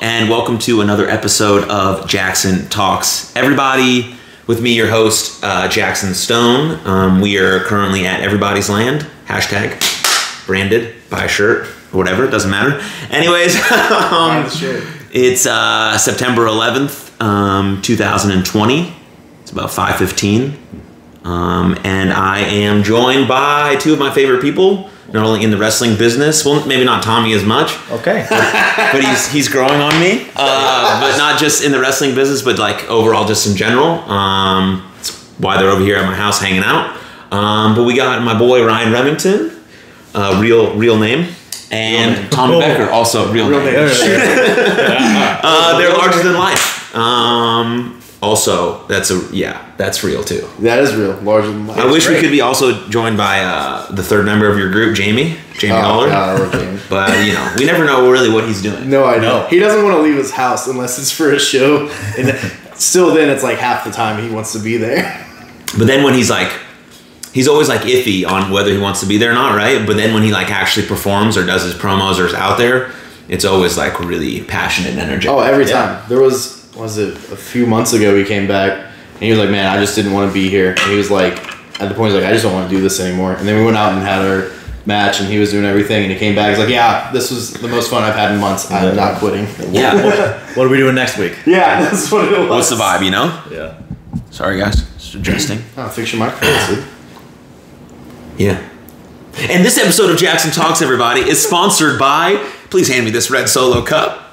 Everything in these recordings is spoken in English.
and welcome to another episode of Jackson Talks. Everybody, with me, your host, uh, Jackson Stone. Um, we are currently at Everybody's Land, hashtag branded, buy a shirt, whatever, it doesn't matter. Anyways, um, the shirt. it's uh, September 11th, um, 2020. It's about 5.15. Um, and I am joined by two of my favorite people, not only in the wrestling business, well, maybe not Tommy as much, Okay. but he's he's growing on me. Uh, but not just in the wrestling business, but like overall, just in general. Um, it's why they're over here at my house hanging out. Um, but we got my boy Ryan Remington, uh, real real name, and Tom Oh. Becker, also real, name. Uh, they're larger than life. Um, also, that's a yeah, that's real too. That is real, larger than life. I wish we great. could be also joined by uh, the third member of your group, Jamie, Jamie Oh, Aller. God, we're kidding. But you know, we never know really what he's doing. No, I No. know. He doesn't want to leave his house unless it's for a show, and still, then it's like half the time he wants to be there. But then when he's like, he's always like iffy on whether he wants to be there or not, right? But then when he like actually performs or does his promos or is out there, it's always like really passionate and energetic. Oh, every Yeah. time. There was was it a few months ago he came back and he was like, "Man, I just didn't want to be here." And he was like, at the point he's like, "I just don't want to do this anymore." And then we went out and had our match, and he was doing everything, and he came back. He's like, "Yeah, this was the most fun I've had in months. I'm not quitting." Yeah. What are we doing next week? yeah, that's what it was. What's the vibe, you know? Yeah. Sorry, guys. Just adjusting. Oh, fix your microphone. dude. Yeah. And this episode of Jackson Talks, everybody, is sponsored by, please hand me this red solo cup,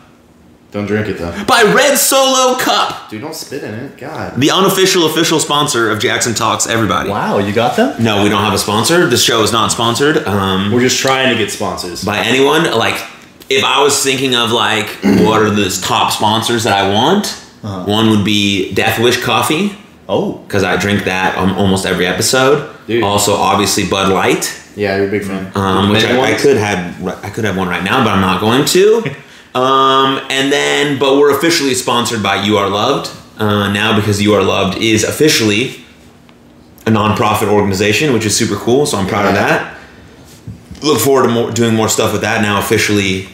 Don't drink it though. by Red Solo Cup, Dude, don't spit in it. God. the unofficial official sponsor of Jackson Talks, everybody. Wow, you got them? No, we don't have a sponsor. This show is not sponsored. Um, We're just trying to get sponsors. by anyone. Like, if I was thinking of like what are the top sponsors that I want, one would be Death Wish Coffee Oh. because I drink that on almost every episode. Dude. Also, obviously Bud Light, Yeah, you're a big fan. um, which Big I, I ones? could have I could have one right now, but I'm not going to. um, and then, but we're officially sponsored by You Are Loved uh, now because You Are Loved is officially a nonprofit organization, which is super cool. So I'm proud of Yeah. that. Look forward to more, doing more stuff with that now officially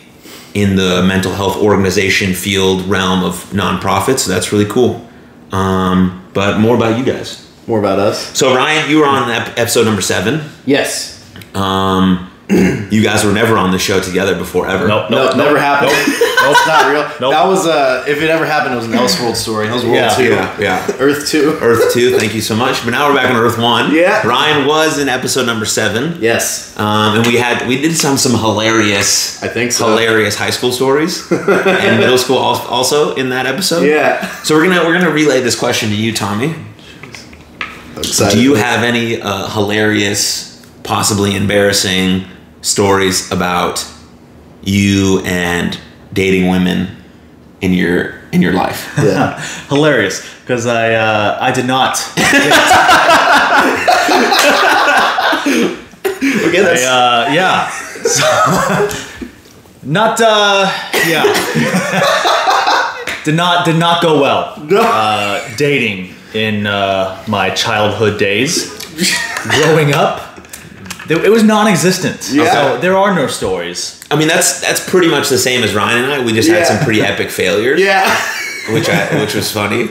in the mental health organization field realm of nonprofits. So that's really cool. Um, but more about you guys. More about us. So Ryan, you were on ep- episode number seven. Yes. Um, you guys were never on the show together before, ever. Nope. No, nope, never nope, happened. nope. That's not real. Nope. That was uh if it ever happened, it was an Elseworld story. Elseworld Yeah. two. Yeah, yeah. Earth two. Earth two, thank you so much. But now we're back on Earth one. Yeah. Ryan was in episode number seven. Yes. Um, and we had we did some some hilarious I think so. hilarious high school stories and middle school al- also in that episode. Yeah. So we're gonna we're gonna relay this question to you, Tommy. I'm excited. Do you have any uh, hilarious, possibly embarrassing stories about you and dating women in your in your life? yeah. Hilarious, because I uh, I did not. Okay, I, uh, yeah. So, not uh, yeah. did not did not go well. No. Uh, dating in uh, my childhood days, growing up, it was non-existent. Yeah. So there are no stories. I mean, that's that's pretty much the same as Ryan and I. We just had Yeah. some pretty epic failures, yeah. which I, which was funny.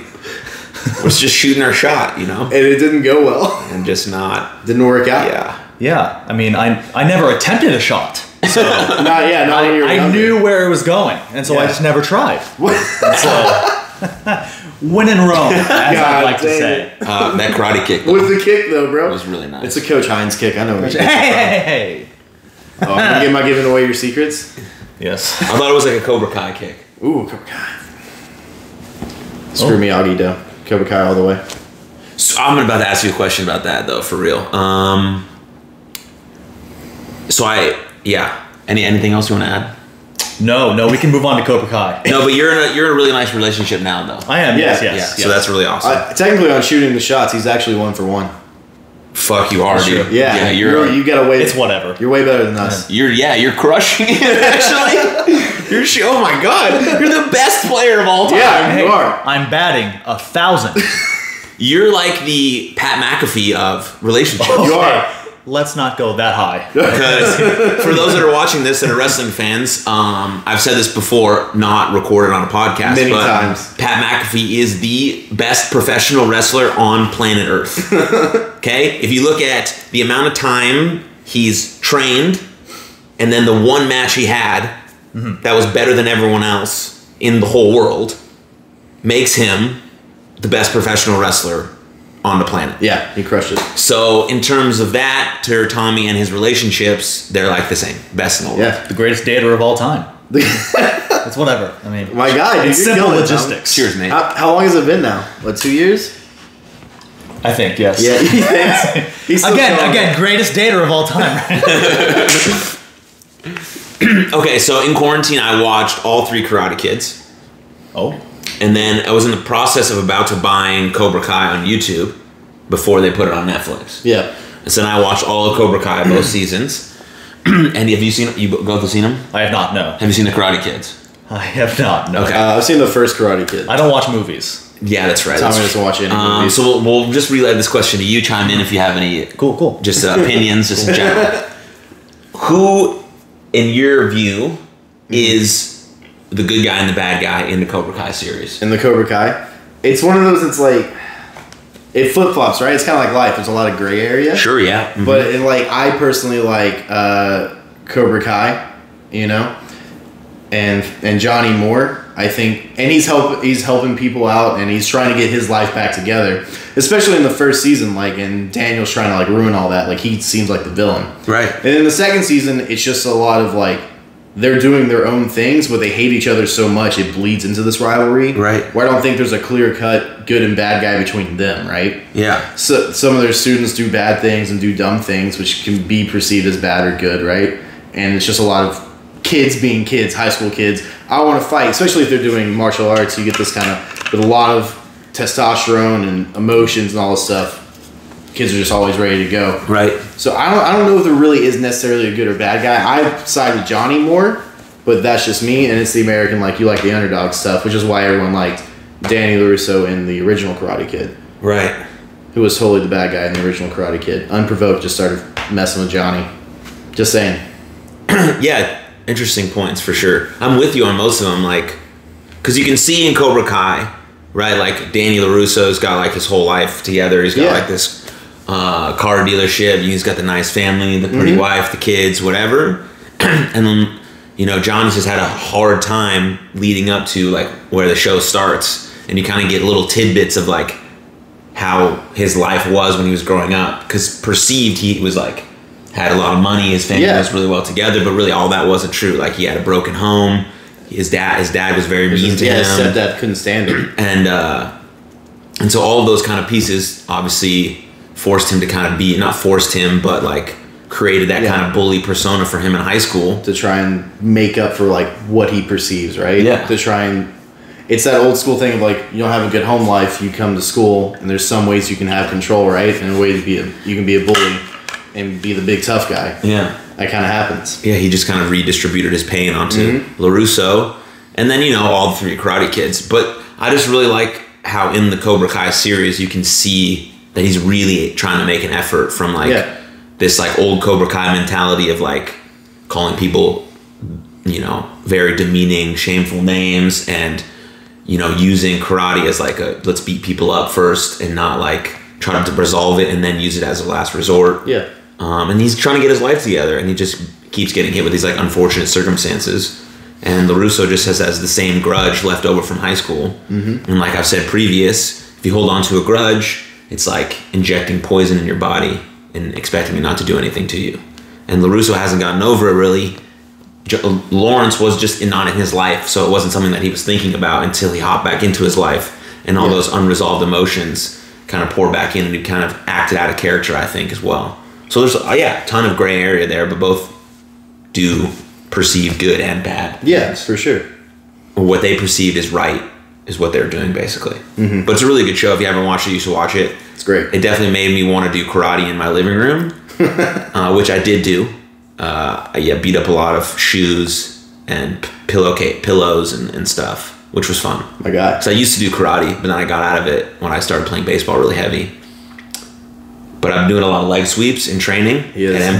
We're just shooting our shot, you know, And it didn't go well. and just not. Didn't work out. Yeah, Yeah, I mean, I I never attempted a shot. So Not yeah, not when you were I younger. knew where it was going, and so I Yeah. just never tried. So when in Rome, as I God like to dang say. uh, that karate kick With the kick though, bro. was really nice. It's a Coach Hines kick. I know. what you- Hey, hey, hey. Oh, am I giving away your secrets? Yes. I thought it was like a Cobra Kai kick. Ooh, Cobra Kai. Screw Miyagi Do. Cobra Kai all the way. So I'm about to ask you a question about that though, for real. Um, so I, yeah. Any anything else you want to add? No, no, we can move on to Cobra Kai. No, but you're in a you're in a really nice relationship now though. I am. Yeah, yes, yes, yeah, yeah, yes. so that's really awesome. Uh, technically, on shooting the shots, he's actually one for one. Fuck, you are, dude. Yeah, yeah, you're, you're you got away. It's whatever. You're way better than us. You're yeah, you're crushing it actually. you're sh- oh my god, you're the best player of all time. Yeah, Hey, you are. I'm batting a thousand. You're like the Pat McAfee of relationships. You Okay. are. let's not go that high. Because for those that are watching this that are wrestling fans, um, I've said this before, not recorded on a podcast, Many but times. Pat McAfee is the best professional wrestler on planet Earth. okay, if you look at the amount of time he's trained, and then the one match he had Mm-hmm. that was better than everyone else in the whole world, makes him the best professional wrestler on the planet. Yeah, he crushed it. So in terms of that, to Tommy and his relationships, they're like the same, best in the world. Yeah. the greatest dater of all time. It's whatever. I mean, My God, dude, it's you're simple killing it, Tom. logistics. Cheers, Nate. How, how long has it been now? What, two years? I think yes. Yeah, he thinks. He's still Again, going. again, greatest dater of all time. okay, so in quarantine, I watched all three Karate Kids, oh, and then I was in the process of about to buying Cobra Kai on YouTube before they put it on Netflix. Yeah. And so then I watched all of Cobra Kai both seasons. and have you seen you both have seen them? I have not. No, Have you seen the Karate Kids? I have not. No, Okay. Uh, I've seen the first Karate Kid. I don't watch movies. Yeah, that's right. Tommy that's- doesn't watch any um, movies. so we'll, we'll just relay this question to you. Chime in if you have any Cool, cool. just uh, opinions, just in general. Who, in your view, is the good guy and the bad guy in the Cobra Kai series? in the Cobra Kai. It's one of those that's like it flip flops, right? It's kind of like life. There's a lot of gray area. Sure, yeah, Mhm. But it, like I personally like uh, Cobra Kai, you know, and and Johnny Moore. I think, and he's help he's helping people out, and he's trying to get his life back together. Especially in the first season, like, and Daniel's trying to like ruin all that. Like he seems like the villain. right, And in the second season, it's just a lot of like they're doing their own things, but they hate each other so much it bleeds into this rivalry. Right. Where I don't think there's a clear cut good and bad guy between them, right? yeah, So some of their students do bad things and do dumb things, which can be perceived as bad or good, right? And it's just a lot of kids being kids, high school kids. I want to fight, especially if they're doing martial arts. You get this kind of with a lot of testosterone and emotions and all this stuff. Kids are just always ready to go. right, So I don't I don't know if there really is necessarily a good or bad guy. I side with Johnny more, but that's just me, and it's the American like you like the underdog stuff, which is why everyone liked Danny LaRusso in the original Karate Kid, right. who was totally the bad guy in the original Karate Kid. Unprovoked, just started messing with Johnny. Just saying. Yeah, interesting points for sure. I'm with you on most of them, like, because you can see in Cobra Kai, right? Like Danny Larusso's got like his whole life together. He's got Yeah. like this uh, car dealership. He's got the nice family, the pretty wife, the kids, whatever. and then you know John's just had a hard time leading up to like where the show starts, and you kind of get little tidbits of like how his life was when he was growing up because perceived he was like had a lot of money his family Yeah. was really well together but really all that wasn't true like he had a broken home his dad his dad was very mean to yeah, him said that couldn't stand him. and uh, and so all of those kind of pieces obviously forced him to kind of be not forced him but like created that Yeah. kind of bully persona for him in high school to try and make up for like what he perceives, right? Yeah. To try and it's that old school thing of like you don't have a good home life, you come to school, and there's some ways you can have control, right? And a way to be a, you can be a bully and be the big tough guy. yeah That kind of happens. yeah, he just kind of redistributed his pain onto LaRusso. And then, you know, all the three Karate Kids. But I just really like how in the Cobra Kai series you can see that he's really trying to make an effort from like Yeah. this like old Cobra Kai mentality of like calling people, you know, very demeaning, shameful names and you know, using karate as like a let's beat people up first and not like trying to resolve it and then use it as a last resort. Yeah. Um, and he's trying to get his life together, and he just keeps getting hit with these like unfortunate circumstances. And Larusso just has has the same grudge left over from high school. Mm-hmm. And like I've said previous, if you hold on to a grudge, it's like injecting poison in your body and expecting it not to do anything to you. And Larusso hasn't gotten over it really. J- Lawrence was just not in his life, so it wasn't something that he was thinking about until he hopped back into his life, and all Yeah. those unresolved emotions kind of poured back in, and he kind of acted out of character, I think, as well. So there's uh, yeah, a ton of gray area there, but both do perceive good and bad. Yeah, for sure. What they perceive is right is what they're doing, basically. But it's a really good show. If you haven't watched it, you should watch it. It's great. It definitely made me want to do karate in my living room, uh, which I did do. Uh, I yeah, beat up a lot of shoes and p- pillow ca- pillows and, and stuff, which was fun. My God. So I used to do karate, but then I got out of it when I started playing baseball really heavy. but I'm doing a lot of leg sweeps in training Yes. at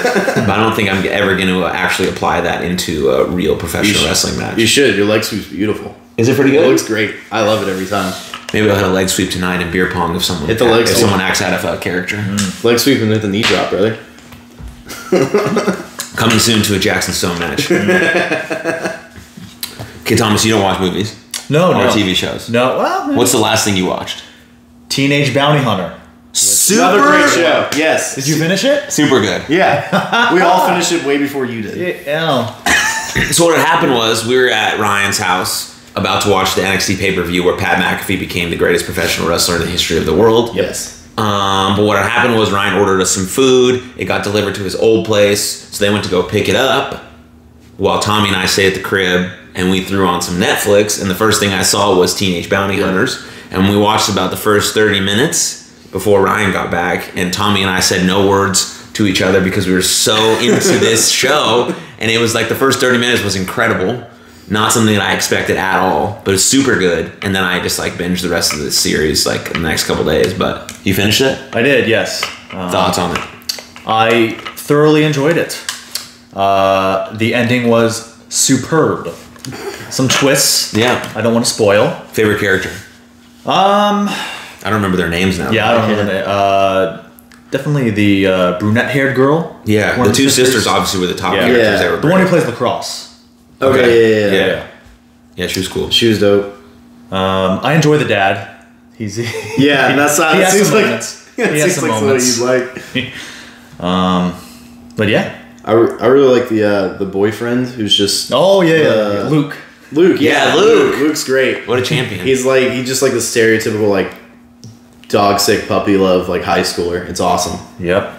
MPX. but I don't think I'm ever going to actually apply that into a real professional should- wrestling match. You should. Your leg sweep's beautiful. Is it pretty It good? looks great. I love it every time. Maybe I'll hit a leg sweep tonight in beer pong if someone Hit the leg if sweep. someone acts out of a character. Leg sweep and hit the knee drop, brother. Coming soon to a Jackson Stone match. okay, Thomas, you don't watch movies No, or no. TV shows. Oh. No, well, What's the last thing you watched? Teenage Bounty Hunter. Super, show. Yes. Did you finish it? super good. Yeah. we all finished it way before you did. Yeah. So what had happened was we were at Ryan's house about to watch the NXT pay per view where Pat McAfee became the greatest professional wrestler in the history of the world. Yes. Um, but what had happened was Ryan ordered us some food. It got delivered to his old place, so they went to go pick it up. While Tommy and I stayed at the crib, and we threw on some Netflix, and the first thing I saw was Teenage Bounty Hunters, and we watched about the first thirty minutes before Ryan got back, and Tommy and I said no words to each other because we were so into this show, and it was like the first thirty minutes was incredible. Not something that I expected at all, but it's super good. And then I just like binged the rest of the series like in the next couple days. But you finished it? I did, yes. Um, thoughts on it. I thoroughly enjoyed it. Uh, the ending was superb. Some twists. Yeah. I don't want to spoil. Favorite character? Um, I don't remember their names now. Yeah, I don't know. the name. Uh, definitely the uh, brunette-haired girl. yeah. One The of two sisters, obviously were the top Yeah. characters. Yeah. They were The one who great. plays lacrosse. Okay. Okay. Yeah, yeah, yeah, Yeah. Yeah, she was cool. She was dope. Um, I enjoy the dad. He's Yeah, and that's not. He It has seems some like moments. it He has seems some like moments. something you'd like. but yeah. I, re- I really like the uh, the boyfriend who's just Oh yeah, yeah, Uh, yeah. Luke. Luke. Yeah, Luke. Luke's great. What a champion. He's like he's just like the stereotypical like dog sick puppy love like high schooler. It's awesome. Yep.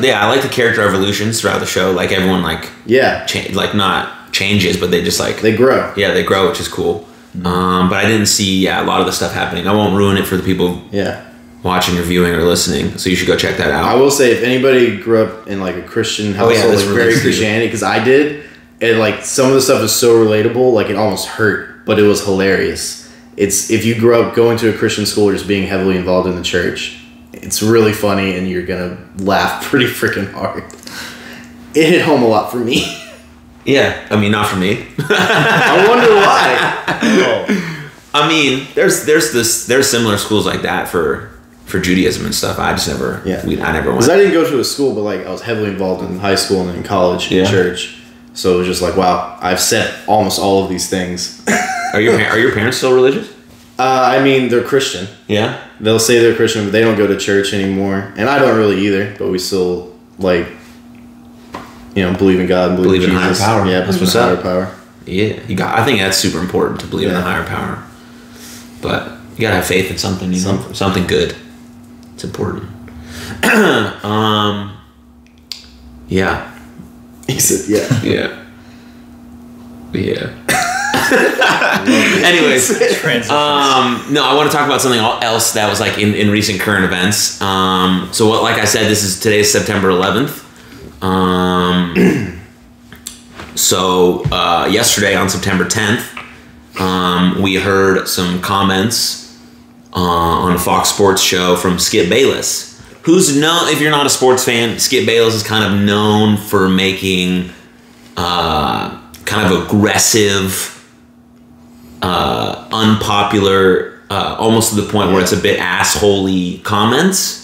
yeah, I like the character evolutions throughout the show. Like everyone, like Yeah, cha- like not changes, but they just like they grow. yeah they grow, which is cool. Um, but I didn't see yeah, a lot of the stuff happening. I won't ruin it for the people Yeah, watching or viewing or listening. So you should go check that I out. will say if anybody grew up in like a Christian Oh, yeah, household, this like very relates to you. Christianity, because I did, and like some of the stuff is so relatable, like it almost hurt, but it was hilarious. It's if you grew up going to a Christian school or just being heavily involved in the church, it's really funny and you're gonna laugh pretty freaking hard. It hit home a lot for me. yeah, I mean not for me. I wonder why. I mean, there's there's this there's similar schools like that for for Judaism and stuff. I just never Yeah. we, I never went. Because I didn't go to a school, but like I was heavily involved in high school and in college Yeah. and church. So it was just like, wow, I've said almost all of these things. Are your par- are your parents still religious? Uh, I mean, they're Christian. Yeah. They'll say they're Christian, but they don't go to church anymore, and I don't really either. But we still like, you know, believe in God and believe, Believe in in higher Jesus. power. Yeah, That's believe in what's higher up. power. Yeah. You got. I think that's super important to believe in a Yeah. higher power. But you gotta have faith in something. You know, Something. something, good. It's important. um. Yeah. He said, "Yeah." Yeah. Yeah. Anyways. Transitions. Um, no, I want to talk about something el- else that was like in, in recent current events. Um, so what, like I said, this is today's September 11th. Um, so uh, yesterday on September 10th, um, we heard some comments uh, on a Fox Sports show from Skip Bayless, who's known. If you're not a sports fan, Skip Bayless is kind of known for making uh, kind of aggressive uh, unpopular, uh, almost to the point where it's a bit assholey comments.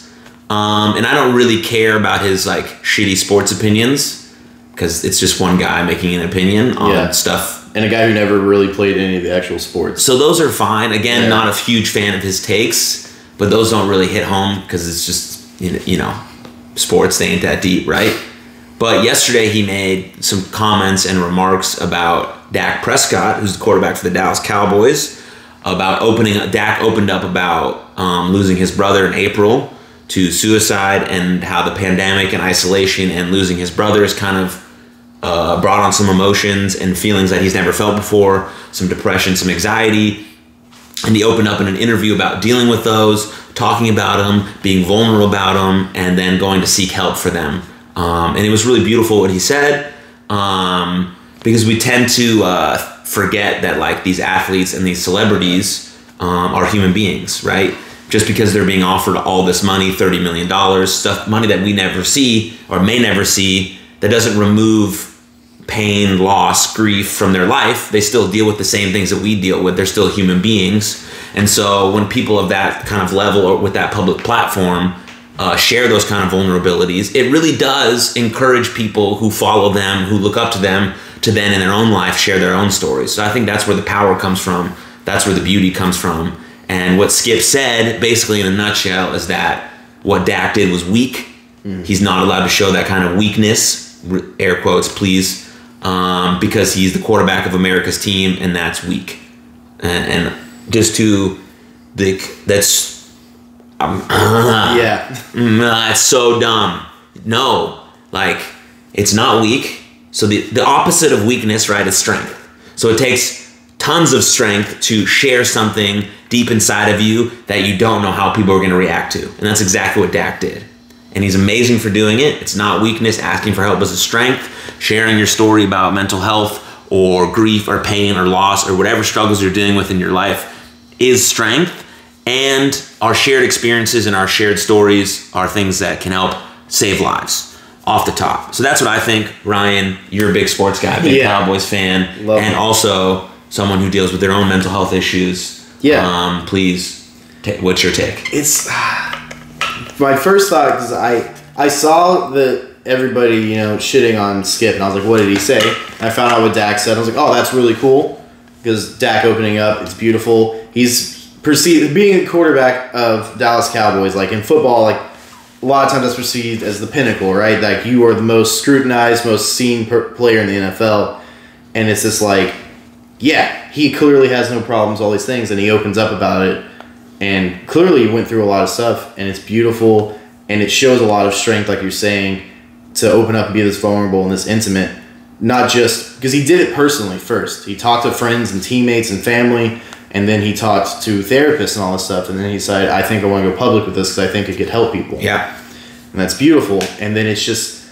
Um, and I don't really care about his like shitty sports opinions because it's just one guy making an opinion on Yeah. stuff And a guy who never really played any of the actual sports. so those are fine. Again, Yeah. not a huge fan of his takes, but those don't really hit home because it's just you know, you know, sports they ain't that deep, right? But yesterday he made some comments and remarks about Dak Prescott, who's the quarterback for the Dallas Cowboys, about opening Dak opened up about um, losing his brother in April to suicide and how the pandemic and isolation and losing his brother is kind of uh, brought on some emotions and feelings that he's never felt before, some depression, some anxiety. And he opened up in an interview about dealing with those, talking about them, being vulnerable about them, and then going to seek help for them. Um, and it was really beautiful what he said um, because we tend to uh, forget that like these athletes and these celebrities um, are human beings, right? just because they're being offered all this money, thirty million dollars, stuff, money that we never see or may never see, that doesn't remove pain, loss, grief from their life. They still deal with the same things that we deal with. They're still human beings, and so when people of that kind of level or with that public platform uh, share those kind of vulnerabilities, it really does encourage people who follow them, who look up to them, to then in their own life share their own stories. So I think that's where the power comes from. That's where the beauty comes from. And what Skip said, basically in a nutshell, is that what Dak did was weak. Mm-hmm. He's not allowed to show that kind of weakness, r- air quotes, please, um, because he's the quarterback of America's team, and that's weak. And, and just to the that's yeah. nah, it's so dumb. No, like it's not weak. So the the opposite of weakness, right, is strength. So it takes tons of strength to share something deep inside of you that you don't know how people are going to react to, and that's exactly what Dak did. And he's amazing for doing it. It's not weakness. Asking for help is a strength. Sharing your story about mental health or grief or pain or loss or whatever struggles you're dealing with in your life is strength and our shared experiences and our shared stories are things that can help save lives off the top. So that's what I think, Ryan. You're a big sports guy, big Yeah. Cowboys fan, Love and it. also someone who deals with their own mental health issues. Yeah. Um, please, ta what's your take? it's my first thought because I I saw that everybody you know shitting on Skip and I was like, what did he say? And I found out what Dak said. I was like, oh, that's really cool because Dak opening up, it's beautiful. He's perceived being a quarterback of Dallas Cowboys, like in football, like a lot of times that's perceived as the pinnacle, right? Like you are the most scrutinized, most seen per- player in the NFL, and it's just like, yeah, he clearly has no problems, all these things, and he opens up about it and clearly you went through a lot of stuff and it's beautiful and it shows a lot of strength like you're saying to open up and be this vulnerable and this intimate not just because he did it personally first he talked to friends and teammates and family and then he talked to therapists and all this stuff and then he decided i think i want to go public with this because i think it could help people Yeah. and that's beautiful. And then it's just,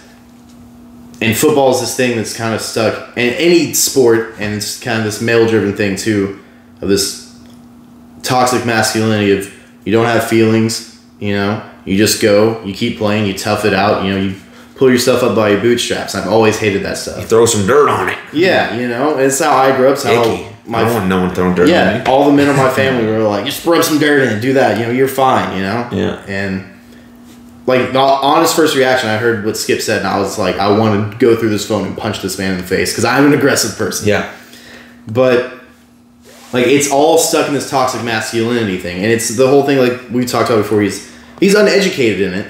and football is this thing that's kind of stuck, and any sport, and it's kind of this male-driven thing too, of this toxic masculinity of you don't have feelings, you know, you just go, you keep playing, you tough it out, you know, you pull yourself up by your bootstraps. I've always hated that stuff. Throw some dirt on it. Yeah, you know, it's how I grew up. It's how Icky. I Oh, my don't want no one throwing dirt on me. yeah, all the men in my family were like, just rub some dirt in it, do that, you know, you're fine, you know? Yeah. And like the honest first reaction, I heard what Skip said, and I was like, I want to go through this phone and punch this man in the face because I'm an aggressive person. Yeah. But like it's all stuck in this toxic masculinity thing, and it's the whole thing like we talked about before. He's he's uneducated in it,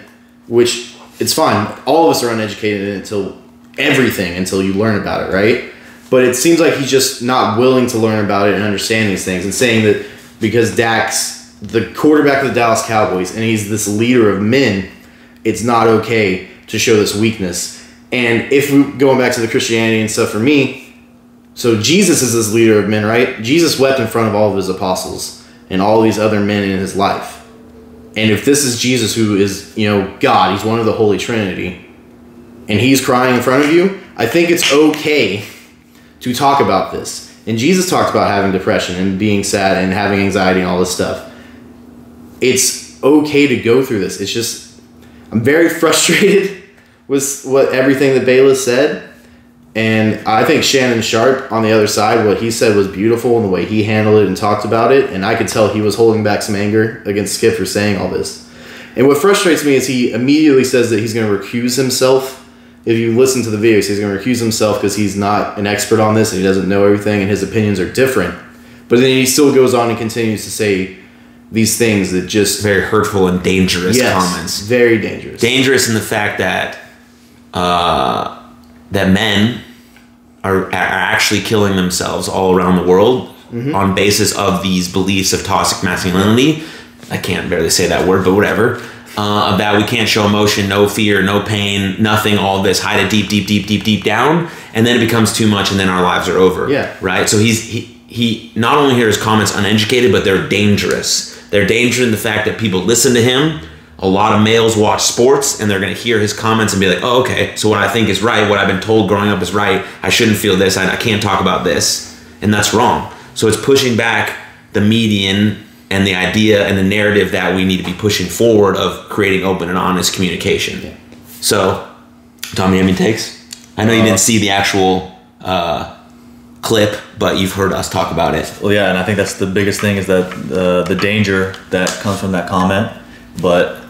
which it's fine. All of us are uneducated in it until everything until you learn about it, right? But it seems like he's just not willing to learn about it and understand these things, and saying that because Dax, the quarterback of the Dallas Cowboys, and he's this leader of men, it's not okay to show this weakness. And if we going back to the Christianity and stuff for me, so Jesus is this leader of men, right? Jesus wept in front of all of his apostles and all these other men in his life. And if this is Jesus who is, you know, God, he's one of the Holy Trinity, and he's crying in front of you, I think it's okay to talk about this. And Jesus talked about having depression and being sad and having anxiety and all this stuff. It's okay to go through this. It's just I'm very frustrated with what everything that Bayless said. And I think Shannon Sharp on the other side, what he said was beautiful and the way he handled it and talked about it. And I could tell he was holding back some anger against Skip for saying all this. And what frustrates me is he immediately says that he's going to recuse himself. If you listen to the videos, he's going to recuse himself because he's not an expert on this and he doesn't know everything and his opinions are different. But then he still goes on and continues to say these things that just Very hurtful and dangerous yes, comments. very dangerous. dangerous in the fact that uh, that men are, are actually killing themselves all around the world on basis of these beliefs of toxic masculinity. I can't barely say that word, but whatever. Uh, that we can't show emotion, no fear, no pain, nothing, all this, hide it deep, deep, deep, deep, deep down, and then it becomes too much, and then our lives are over. Yeah. Right? So he's he, he not only hear his comments uneducated, but they're dangerous. They're dangerous in the fact that people listen to him. A lot of males watch sports and they're gonna hear his comments and be like, oh, okay, so what I think is right, what I've been told growing up is right, I shouldn't feel this, I, I can't talk about this. And that's wrong. So it's pushing back the median and the idea and the narrative that we need to be pushing forward of creating open and honest communication. So, Tommy, any takes? I know you didn't see the actual uh, clip, but you've heard us talk about it. Well, yeah, and I think that's the biggest thing is that uh, the danger that comes from that comment. But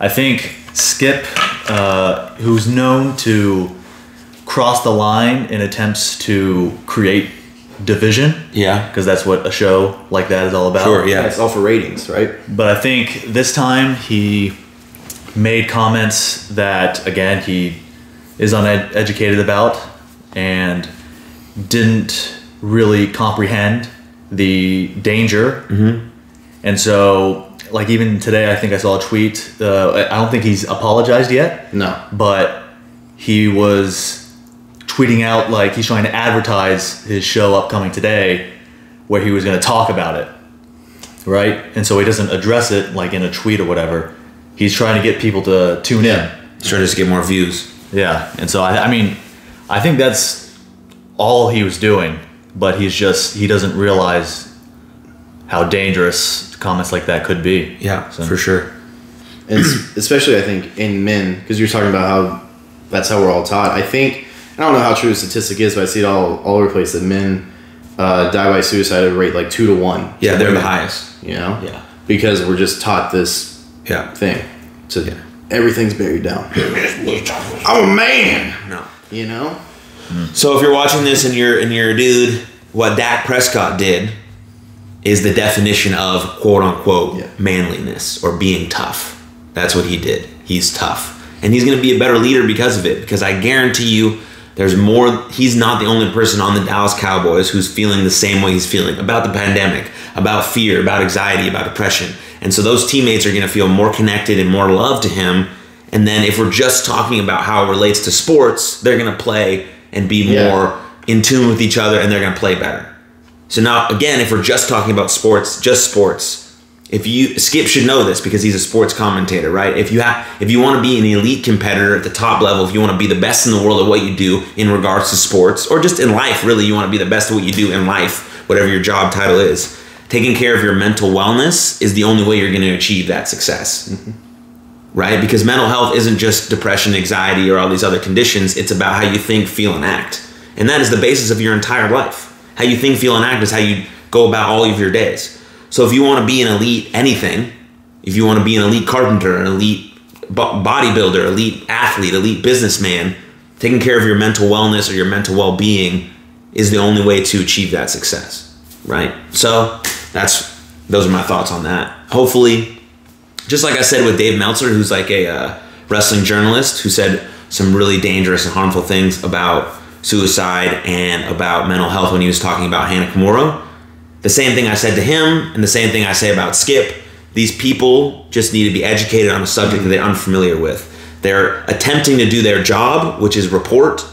I think Skip, uh, who's known to cross the line in attempts to create division, Yeah. because that's what a show like that is all about. Sure. Yeah, Yeah. it's all for ratings, right? But I think this time he made comments that, again, he is uneducated about and didn't really comprehend the danger. And so, like, even today, I think I saw a tweet. Uh, I- I don't think he's apologized yet, No. but he was tweeting out, like, he's trying to advertise his show upcoming today where he was going to talk about it right? And so he doesn't address it like in a tweet or whatever. He's trying to get people to tune Sure, just to get more views. in. Yeah. And so I, I mean, I think that's all he was doing, but he's just he doesn't realize how dangerous comments like that could be. Yeah, So- for sure. And s- especially, I think, in men, because you're talking about how that's how we're all taught. I think, I don't know how true the statistic is, but I see it all, all over the place that men uh, die by suicide at a rate like two to one. Yeah, to they're the women, highest. You know? Yeah. Because we're just taught this Yeah. thing. So everything's buried down. I'm a man! No. You know? So if you're watching this and you're and you're a dude, what Dak Prescott did is the definition of quote unquote Yeah. manliness or being tough. That's what he did. He's tough. And he's gonna be a better leader because of it, because I guarantee you there's more he's not the only person on the Dallas Cowboys who's feeling the same way he's feeling about the pandemic, about fear, about anxiety, about depression. And so those teammates are gonna feel more connected and more love to him. And then if we're just talking about how it relates to sports, they're gonna play and be Yeah. more in tune with each other and they're going to play better. So now again, if we're just talking about sports, just sports, if you Skip should know this because he's a sports commentator, right? If you have if you want to be an elite competitor at the top level, if you want to be the best in the world at what you do in regards to sports or just in life, really you want to be the best at what you do in life, whatever your job title is. Taking care of your mental wellness is the only way you're going to achieve that success right? Because mental health isn't just depression, anxiety, or all these other conditions. It's about how you think, feel, and act. And that is the basis of your entire life. How you think, feel, and act is how you go about all of your days. So if you want to be an elite anything, if you want to be an elite carpenter, an elite bo- bodybuilder, elite athlete, elite businessman, taking care of your mental wellness or your mental well being is the only way to achieve that success, right? So that's those are my thoughts on that. Hopefully, just like I said with Dave Meltzer, who's like a uh, wrestling journalist who said some really dangerous and harmful things about suicide and about mental health when he was talking about Hannah Kimura. The same thing I said to him, and the same thing I say about Skip. These people just need to be educated on a subject that they're unfamiliar with. They're attempting to do their job, which is report,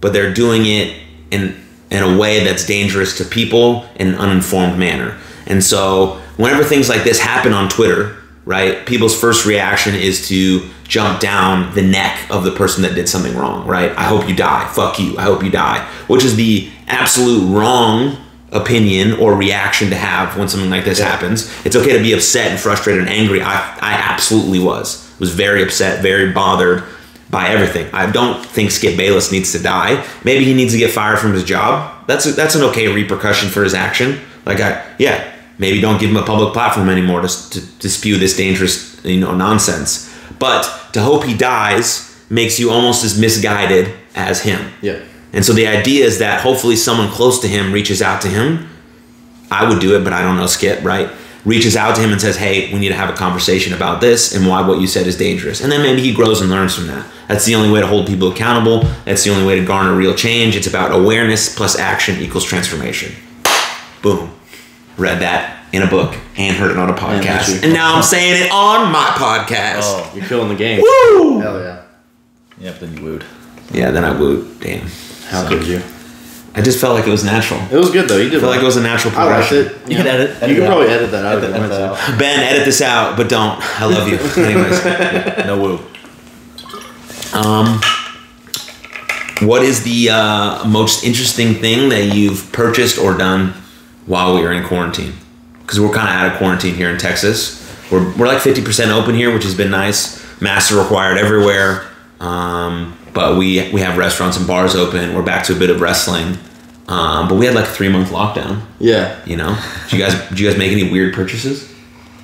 but they're doing it in in a way that's dangerous to people in an uninformed manner. And so, whenever things like this happen on Twitter, right? People's first reaction is to jump down the neck of the person that did something wrong, right? I hope you die. Fuck you. I hope you die. Which is the absolute wrong opinion or reaction to have when something like this happens. It's okay to be upset and frustrated and angry. I, I absolutely was. Was very upset, very bothered by everything. I don't think Skip Bayless needs to die. Maybe he needs to get fired from his job. That's a, that's an okay repercussion for his action. Like I yeah, maybe don't give him a public platform anymore to, s- to, to spew this dangerous you know nonsense. But to hope he dies makes you almost as misguided as him. Yeah. And so the idea is that hopefully someone close to him reaches out to him. I would do it, but I don't know Skip, right? Reaches out to him and says, Hey, we need to have a conversation about this and why what you said is dangerous. And then maybe he grows and learns from that. That's the only way to hold people accountable. That's the only way to garner real change. It's about awareness plus action equals transformation. Boom. Read that in a book and heard it on a that's podcast. you. And now I'm saying it on my podcast. Oh, You're killing the game. Woo! Hell yeah. yep, then you wooed. Yeah, then I wooed. Damn. How could you? I just felt like it was natural. I It was good though. You did felt like it well. was a natural I liked progression. it. You can edit- edit you it can out. probably edit that out if Edit- you wanted edit to. Ben, edit this out, but don't. I love you. Anyways, No woo. what is the uh, most interesting thing that you've purchased or done while we were in quarantine? because we're kind of out of quarantine here in Texas. We're, we're like 50% open here, which has been nice. Masks are required everywhere. Um, but we, we have restaurants and bars open. We're back to a bit of wrestling. Um, but we had like a three month lockdown, Yeah. you know? Did you guys, did you guys make any weird purchases?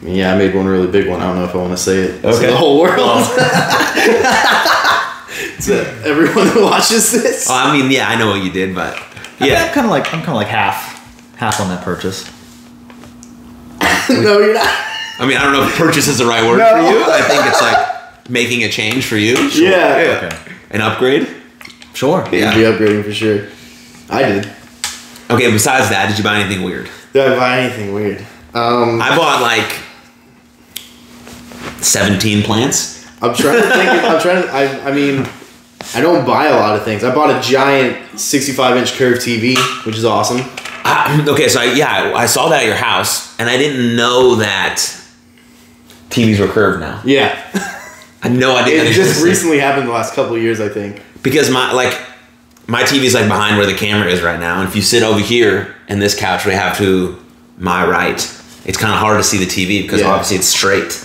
Yeah, I made one really big one. I don't know if I want to say it. Okay. Okay. the whole world. to everyone who watches this. Oh, I mean, yeah, I know what you did, but Yeah, I'm yeah. kind of like I'm kind of like half, half on that purchase. no, you're not. I mean, I don't know if purchase is the right word No. for you. I think it's like making a change for you. Sure. Yeah. Okay. An upgrade. Sure. Yeah. You'd be upgrading for sure. I did. Okay, besides that, did you buy anything weird? Did I buy anything weird? Um, I bought like 17 plants. I'm trying to think. I'm trying to. I, I mean, I don't buy a lot of things. I bought a giant 65 inch curved TV, which is awesome. I, okay, so I, yeah, I saw that at your house, and I didn't know that TVs were curved now. Yeah. I had no idea. It just recently happened the last couple of years, I think. because my like my TV's like behind where the camera is right now, and if you sit over here and this couch we have to my right, it's kind of hard to see the TV because Yeah. obviously it's straight,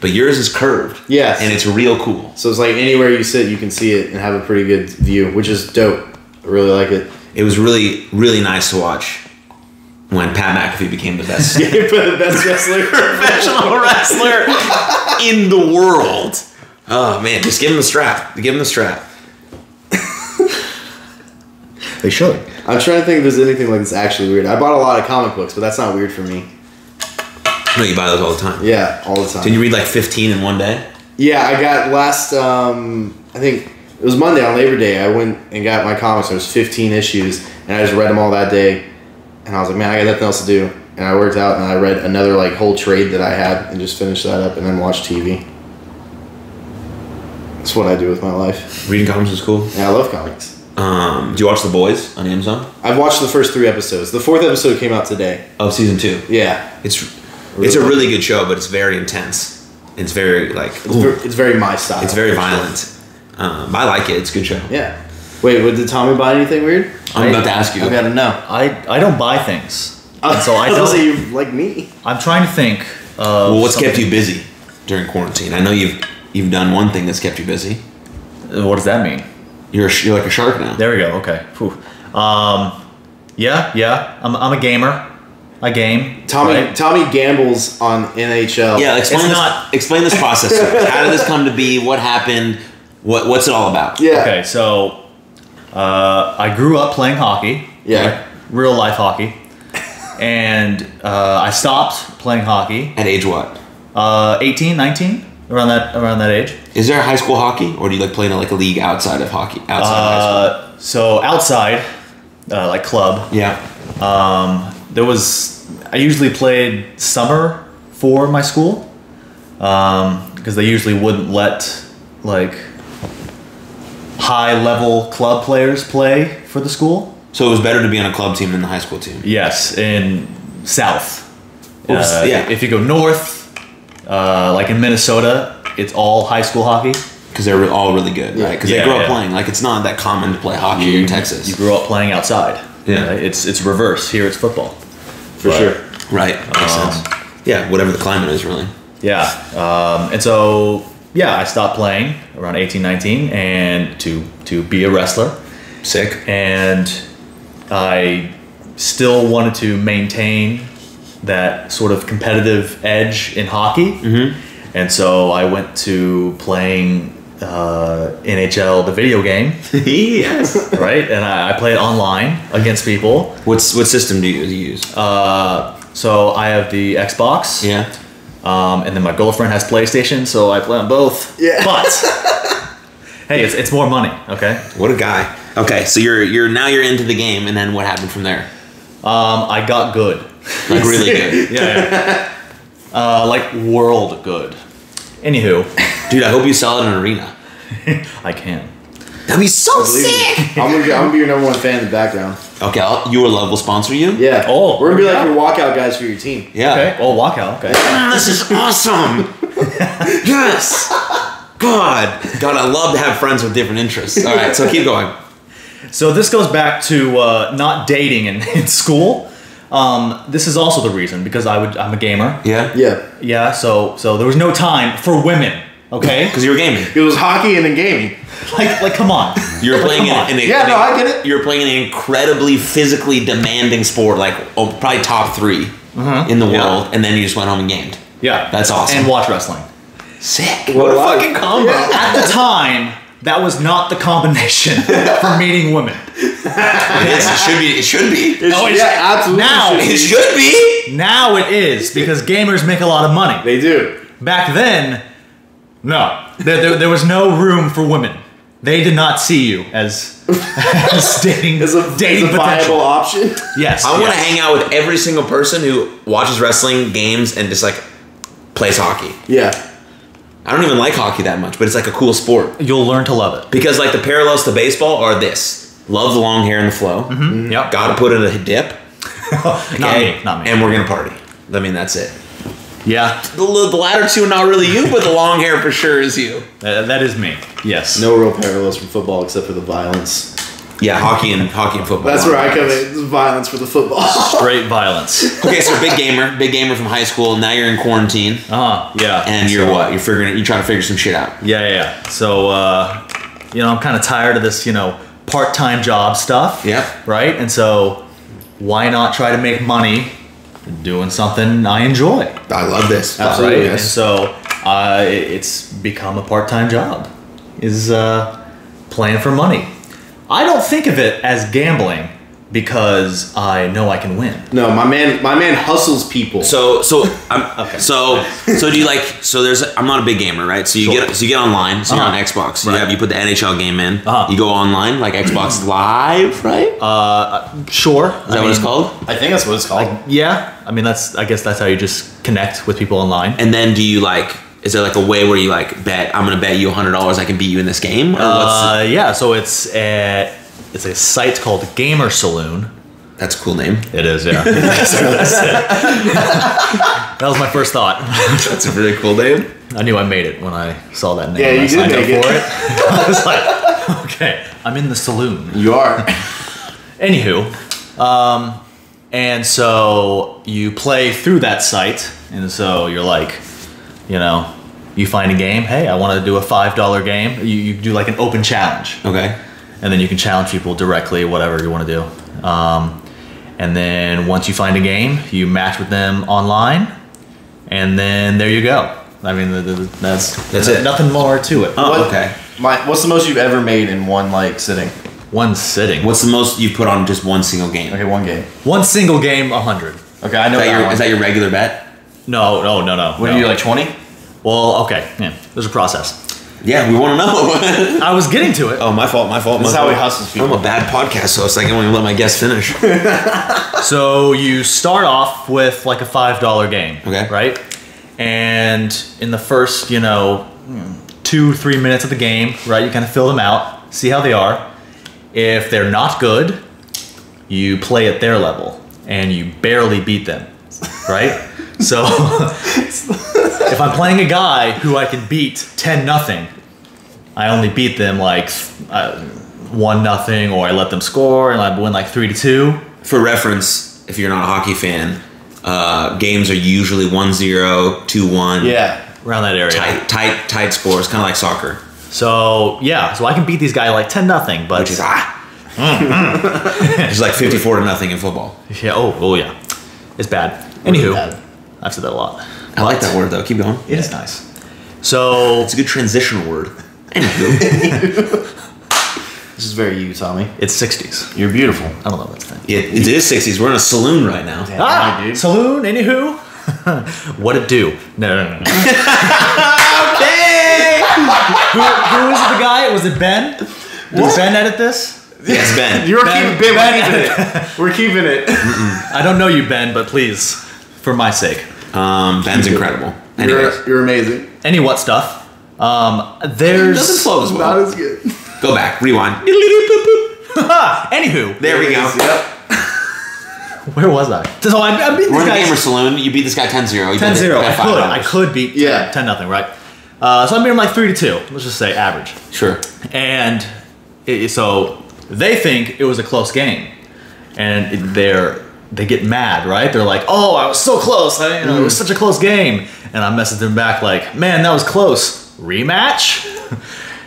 but yours is curved. Yes. and it's real cool. So it's like anywhere you sit, you can see it and have a pretty good view, which is dope. I really like it. It was really really nice to watch when Pat McAfee became the best For the best wrestler. professional wrestler in the world. Oh man, just give him the strap. Give him the strap. They should. I'm trying to think if there's anything like this actually weird. I bought a lot of comic books, but that's not weird for me. No, you buy those all the time. Yeah, all the time. Did you read like 15 in one day? Yeah, I got last. Um, I think it was Monday on Labor Day. I went and got my comics. There was 15 issues, and I just read them all that day. And I was like, man, I got nothing else to do. And I worked out, and I read another like whole trade that I had, and just finished that up, and then watched TV. That's what I do with my life. Reading comics was cool. And I love comics. Um, do you watch The Boys on Amazon? I've watched the first three episodes. The fourth episode came out today. Of season two. Yeah, It's it's a really good show, but it's very intense. It's very like it's, ver- it's very my style. it's very violent. Um, I like it. It's a good show. Yeah. Wait, what, did Tommy buy anything weird? I'm about to ask you. I gotta know. I I don't buy things, and so I Uh, was gonna say don't. you like me. I'm trying to think. Of Well, what's kept you something- busy during quarantine? I know you've you've done one thing that's kept you busy. Uh, What does that mean? You're a, sh- you're like a shark now. There we go. Okay. Phew. Um, yeah, yeah. I'm I'm a gamer. I game. Tommy right? Tommy gambles on NHL. Yeah, explain It's this. not- Explain this process. to us. How did this come to be? What happened? What What's it all about? Yeah. Okay, so uh, I grew up playing hockey. Yeah. Real life hockey. And uh, I stopped playing hockey At age what? uh, 18, 19, around that around that age. Is there a high school hockey, or do you like play in like a league outside of hockey? Outside of high Uh, so outside, uh, like club, school. Yeah. there was I usually played summer for my school because they usually wouldn't let like high level club players play for the school. So it was better to be on a club team than the high school team. Yes, in south. Oops, Uh, yeah. If you go north, uh, like in Minnesota, it's all high school hockey. because they're re- all really good, right? Because Yeah, they grew yeah. up playing. Like it's not that common to play hockey in Texas, You grew up playing outside. Yeah. Right? It's it's reverse. Here it's football. for But- sure. right? Makes Um, sense. Yeah, whatever the climate is, really. Yeah. Um, and so yeah, I stopped playing around eighteen, nineteen, and to to be a wrestler. Sick. and I still wanted to maintain that sort of competitive edge in hockey. And so I went to playing uh, NHL, the video game, yes. right? And I, I played online against people. What's what system do you use? Uh, so I have the Xbox, yeah. um, and then my girlfriend has PlayStation, so I play on both. Yeah. But hey, it's, it's more money, okay? What a guy. Okay, so you're you're now you're into the game, and then what happened from there? Um, I got good. Like really good, yeah. yeah. Uh, like world good. Anywho, dude. I hope you sell it in an arena. I can. That'd be so Believe sick. me. I'm gonna, be, I'm gonna be your number one fan in the background. Okay, I'll, your love will sponsor you. Yeah. Oh, we're gonna be yeah. like your walkout guys for your team. Yeah. Okay. Oh, walkout. Okay. Ah, this is awesome. yes. God. God, I love to have friends with different interests. All right, so keep going. So this goes back to uh, not dating in, in school. Um, this is also the reason because I would I'm a gamer. Yeah. Yeah. Yeah, so so there was no time for women. Okay, Because you were gaming. It was hockey and then gaming. like like come on. You were playing in, Come on. in a, Yeah, in a- no, I get it. You were playing an incredibly physically demanding sport, like oh, probably top 3 in the Yeah. world, and then you just went home and gamed. Yeah, That's awesome. And watch wrestling. Sick. What What, a a life. fucking combo. Yeah. At the time, that was not the combination for meeting women. It is. It should be. It should be. Oh, it's- yeah, absolutely. now- should be. It should be. Now it is because gamers make a lot of money. They do. Back then, no, there, there, there was no room for women. They did not see you as, as dating It's a, dating it's a viable potential. option. Yes, I want to yes. hang out with every single person who watches wrestling games and just like plays hockey. yeah. I don't even like hockey that much, but it's like a cool sport You'll learn to love it. because like the parallels to baseball are this: love the long hair and the flow. Yep. Got to put in a dip. Not okay? me. Not me. And we're gonna party. I mean, that's it. yeah, The, the latter two are not really you, but the long hair for sure is you. uh, that is me. Yes. No real parallels from football except for the violence. Yeah, hockey and hockey and football. That's where I come in. It's violence for the football. Straight violence. Okay, so big gamer, big gamer from high school. Now you're in quarantine, Uh huh. Yeah. and you're what? You're figuring. You're trying to figure some shit out. Yeah, yeah, yeah. So, uh, you know, I'm kind of tired of this, you know, part time job stuff. Yep. Right? And so, why not try to make money doing something I enjoy? I love this. Absolutely, right? yes. And so, uh, it- it's become a part time job, is uh, playing for money. I don't think of it as gambling because I know I can win. no, my man, my man hustles people. So so I'm so so do you like so there's I'm not a big gamer right so you Sure. get so you get online so Uh-huh. you're on Xbox you Right. have you put the NHL game in Uh-huh. Mm-hmm. Uh, you go online like Xbox Live right Sure. is that what it's called I think that's what it's called. Yeah. I mean, that's, I guess that's how you just connect with people online. and then do you like is there like a way where you like bet I'm gonna bet you hundred dollars I can beat you in this game or what's Uh, yeah, so it's a, it's a site called Gamer Saloon. that's a cool name It is, yeah. that was my first thought. that's a really cool name I knew I made it when I saw that name. Yeah, and I you did signed up make it. for it. I was like, okay, I'm in the saloon. You are. Anywho, um, and so you play through that site, and so you're like, you know, you find a game. Hey, I want to do a five dollar game. You, you do like an open challenge. okay and then you can challenge people directly, whatever you want to do. Um, and then once you find a game, you match with them online, and then there you go. I mean, the, the, the- that's That's it. Nothing more to it. Oh, okay. My, what's the most you've ever made in one like sitting? One sitting. what's the most you put on just one single game Okay, one game. One single game, a hundred. Okay, I know is that that your one. is that your regular bet No, no, no, no. what no. are you like twenty? Well, okay. Yeah, there's a process. yeah we want to know. I was getting to it. Oh, my fault, my fault. This my is how fault. he hustles people. I'm a bad podcast host. I can only let my guests finish. So you start off with like a five dollar game, Okay. right? And in the first, you know, two three minutes of the game, right, you kind of fill them out, see how they are. If they're not good, you play at their level, and you barely beat them, right? so if I'm playing a guy who I can beat ten nothing, I only beat them like uh, one nothing, or I let them score and I win like three to two. For reference, if you're not a hockey fan, uh, games are usually 1 0, 2 1. Yeah. around that area. Tight, tight, tight scores, kind of like soccer. So yeah, so I can beat these guys like ten nothing, but Which is, ah. it's like 54 to nothing in football. yeah, oh oh yeah, it's bad. Anywho, bad. I've said that a lot. I like that word, though. Keep going. It is nice. So It's a good transitional word. This is very you, Tommy. it's sixties. You're beautiful. I don't know that thing. It, it is 60s. We're in a saloon right now. Damn, Ah, dude. saloon. Anywho, what it do? No, no, no. no. Hey! who, who is the guy? Was it Ben? Did Ben edit this? Yes, Ben. You're Ben- keeping, Ben- we're keeping it. We're keeping it. I don't know you, Ben, but please, for my sake. Um, Ben's incredible. Anyways, You're, you're amazing. Any what stuff? Um, it there's doesn't flow as Not well. as good. Go back, rewind. anywho. There we go. Yep. Where was I? So I, I beat We're this in the guy gamer saloon. You beat this guy 10 0. 10 0. I could, I could beat Yeah. 10 nothing, right? Uh, so I beat him like 3 to 2. Let's just say average. Sure. And it, so they think it was a close game. And it- they're they get mad, right? They're like, "Oh, I was so close. I, you know, It was such a close game." And I messaged them back like, "Man, that was close. Rematch?"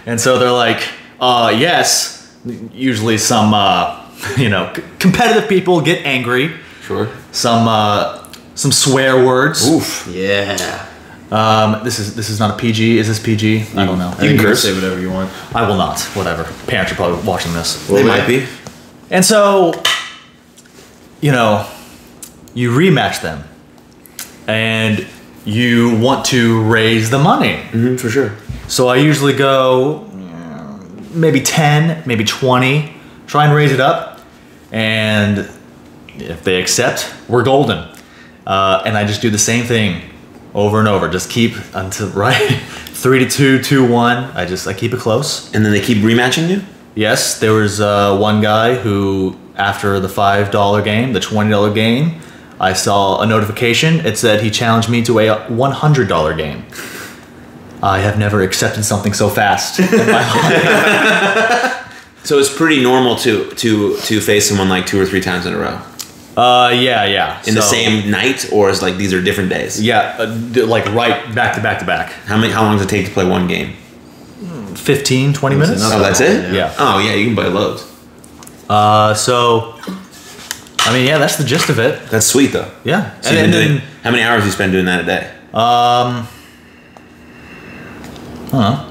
and so they're like, "Uh, yes." Usually, some uh, you know, c- competitive people get angry. Sure. Some uh, some swear words. Oof. Yeah. Um, this is this is not a PG. Is this PG? I don't know. You can curse. say whatever you want. I will not. Whatever. Parents are probably watching this. They Well, might yeah. be. And so, you know, you rematch them, and you want to raise the money. Mm, for sure. So I usually go mm, maybe 10, maybe 20, try and raise it up. And if they accept, we're golden. Uh, and I just do the same thing over and over. Just keep until right three to two, two one. I just I keep it close. And then they keep rematching you. Yes, there was uh, one guy who after the five dollar game, the twenty dollar game, I saw a notification. It said he challenged me to a one hundred dollar game. I have never accepted something so fast. So it's pretty normal to to to face someone like two or three times in a row Uh, yeah, yeah. in the So- same night, or is like these are different days. Yeah, uh, d- like right back to back to back. How many? How long does it take to play one game? 15, 20 minutes? Oh, that's it. Yeah. Oh yeah, you can play loads. Uh, so, I mean, yeah, that's the gist of it. That's sweet though. Yeah. So and you've been and then, doing, how many hours you spend doing that a day? huh?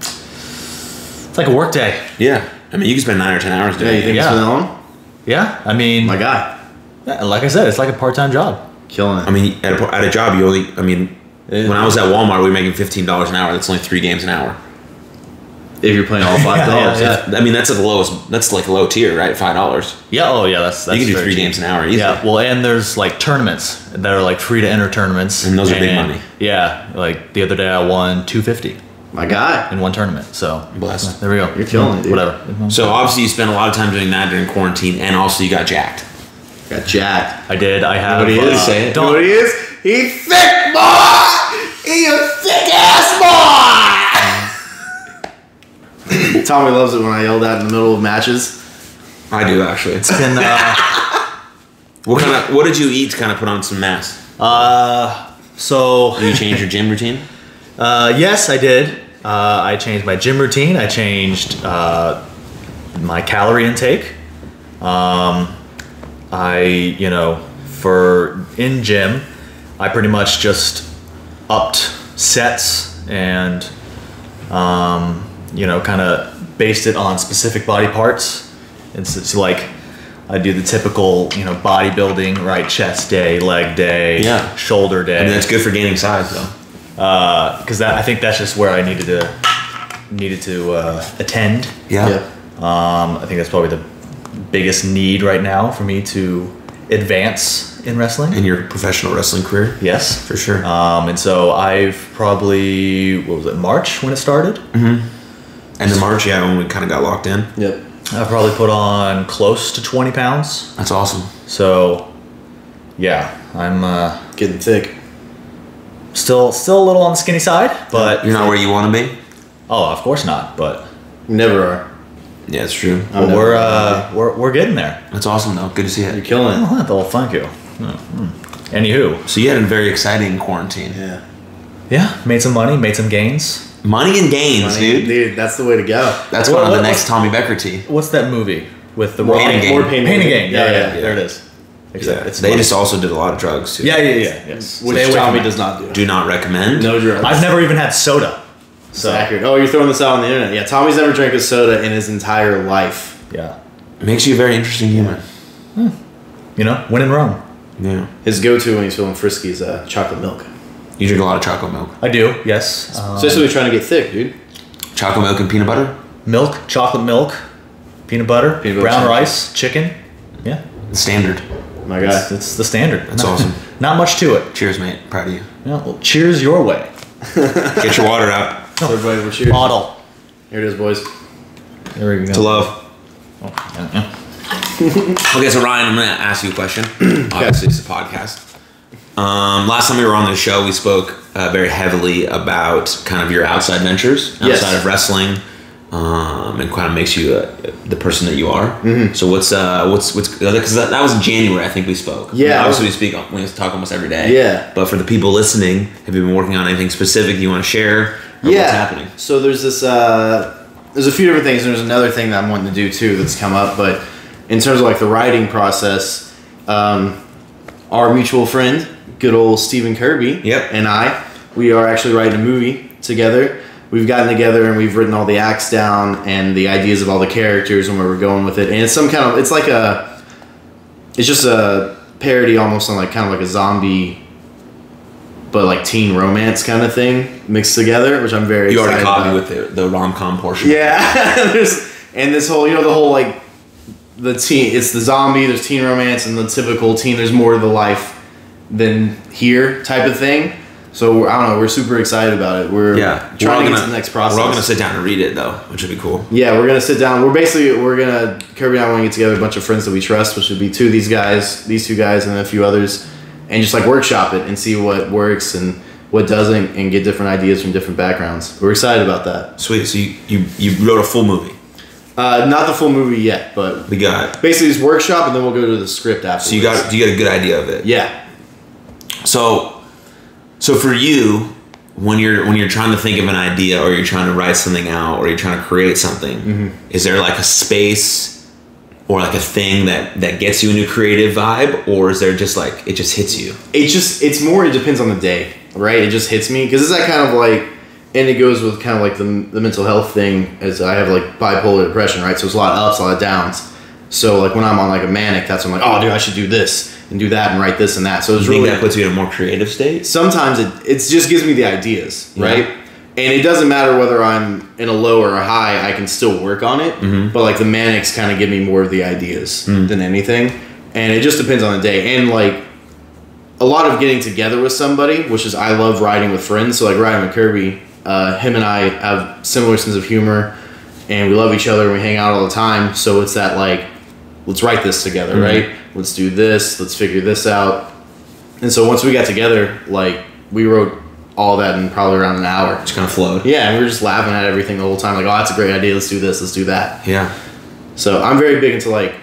It's like a work day. Yeah. I mean, you can spend nine or ten hours Yeah, doing you think it. it's Yeah. been that long? Yeah, I mean, My guy, yeah, like I said, it's like a part time job. killing it. I mean, at a, at a job, you only. I mean, Yeah. when I was at Walmart, we were making fifteen dollars an hour. That's only three games an hour. if you're playing all five dollars, yeah. I mean, that's at the lowest. That's like low tier, right? Five dollars. Yeah, oh, yeah, that's, that's You can do very three cheap. games an hour easily. Yeah, well, and there's like tournaments that are like free to enter tournaments. And those are big money. Yeah, like the other day I won 250 my guy. in one tournament. So, Blessed. there we go. You're killing it, dude. Whatever. So obviously, you spent a lot of time doing that during quarantine, and also you got jacked. Got jacked. I did. I have. What he is? uh, Say it. don't- What he is? He thick boy. He a thick ass boy. Tommy loves it when I yell that in the middle of matches. I do actually. Can, uh, What kind of? What did you eat to kind of put on some mass? uh, so Did you change your gym routine? uh, yes, I did. Uh, I changed my gym routine. I changed uh, my calorie intake. Um, I, you know, for in gym, I pretty much just upped sets and, um, you know, kind of based it on specific body parts. It's, it's like I do the typical, you know, bodybuilding, right? Chest day, leg day, Yeah. shoulder day. I mean, that's good for gaining size, though. because that I think that's just where I needed to needed to uh, attend. Yeah. Um, I think that's probably the biggest need right now for me to advance in wrestling. In your professional wrestling career, Uh, Yes, for sure. Um, and so I've probably what was it March when it started? and in March, yeah, when we kind of got locked in. Yep. I probably put on close to twenty pounds. That's awesome. So yeah, I'm uh, Getting thick. still still a little on the skinny side, but You're not where you want to be. oh, of course not. But Never are. Yeah, it's true. I'm never we're gonna uh, we're we're getting there. That's awesome, though. Good to see be. You're it. killing it. Oh, well, thank you. Mm. Anywho, So you had a very exciting quarantine. Yeah. Yeah, made some money, made some gains. Money and gains, dude. dude, that's the way to go. That's What- one of the what- next Tommy Becker tea. What's that movie with the More rock- Pain and Gain. More Pain pain, and Gain. Yeah yeah, yeah. there it is. Except it's they money. just also did a lot of drugs too. yeah, yeah, yeah. Yes. Which Stay away Tommy from does not do. Do not recommend. No drugs. that. I've never even had soda. So Accurate. Oh, you're throwing this out on the internet. Yeah, Tommy's never drank a soda in his entire life. yeah, Makes you a very interesting human. you know, when in Rome, Yeah. His go-to when he's feeling frisky is uh, chocolate milk. You drink a lot of chocolate milk. I do. Yes, Um, Especially when you're trying to get thick, dude. Chocolate milk and peanut butter. milk, chocolate milk, peanut butter, Peanut butter brown chicken. rice, chicken. Yeah, Standard. My it's, God. it's the standard. That's Not- awesome. Not much to it. Cheers, mate. Proud of you. Yeah, well, cheers your way. Get your water out. Everybody, we're cheers. Bottle. Here it is, boys. There we go. To love. Oh, yeah, yeah. Okay, so Ryan, I'm gonna ask you a question. Obviously, it's a podcast. Um, last time we were on the show, we spoke uh, very heavily about kind of your outside ventures, outside Yes. of wrestling, um, and kind of makes you a, the person that you are. Mm-hmm. So what's uh what's what's because that, that was in January I think we spoke. Yeah. obviously we speak we talk almost every day. Yeah. but for the people listening, have you been working on anything specific you want to share? Or yeah. what's happening? So there's this. Uh, there's a few different things. There's another thing that I'm wanting to do too that's come up, but in terms of like the writing process, um, our mutual friend, good old Stephen Kirby, Yep. and I, we are actually writing a movie together. We've gotten together and we've written all the acts down and the ideas of all the characters and where we're going with it. And it's some kind of it's like a it's just a parody almost on like kind of like a zombie but like teen romance kind of thing mixed together, which I'm very You already excited caught me about. with the, the rom com portion. Yeah, there's and this whole you know the whole like the teen it's the zombie there's teen romance and the typical teen there's more to the life than here type of thing. So we're, I don't know we're super excited about it. We're yeah. We're all trying to get gonna- to the next process. We're all gonna sit down and read it though, which would be cool. Yeah, we're gonna sit down. We're basically we're gonna Kirby and I want to get together a bunch of friends that we trust, which would be two of these guys, these two guys, and then a few others, and just like workshop it and see what works and what doesn't, and get different ideas from different backgrounds. We're excited about that. Sweet. So you you, you wrote a full movie. Uh, not the full movie yet, but We got. basically just workshop, and then we'll go to the script after. So you got you got a good idea of it. yeah, So, so for you, when you're when you're trying to think of an idea, or you're trying to write something out, or you're trying to create something, Mm-hmm. is there like a space or like a thing that that gets you a new creative vibe, or is there just like it just hits you? it just it's more. It depends on the day, right? It just hits me because it's that kind of like, and it goes with kind of like the the mental health thing. As I have like bipolar depression, right? So it's a lot of ups, a lot of downs. So like when I'm on like a manic, that's when I'm like, oh dude, I should do this and do that and write this and that. So it's Do you really think that puts you in a more creative state? sometimes it it's just gives me the ideas, right? And it doesn't matter whether I'm in a low or a high, I can still work on it. But like the manics kind of give me more of the ideas than anything. And it just depends on the day. And like a lot of getting together with somebody, which is I love riding with friends. So like Ryan McKirby, uh, him and I have similar sense of humor and we love each other and we hang out all the time. So it's that like, let's write this together, right? Let's do this, let's figure this out. And so once we got together, like we wrote all that in probably around an hour. Just kind of flowed. Yeah, and we were just laughing at everything the whole time. Like, oh, that's a great idea. Let's do this. Let's do that. Yeah. So I'm very big into like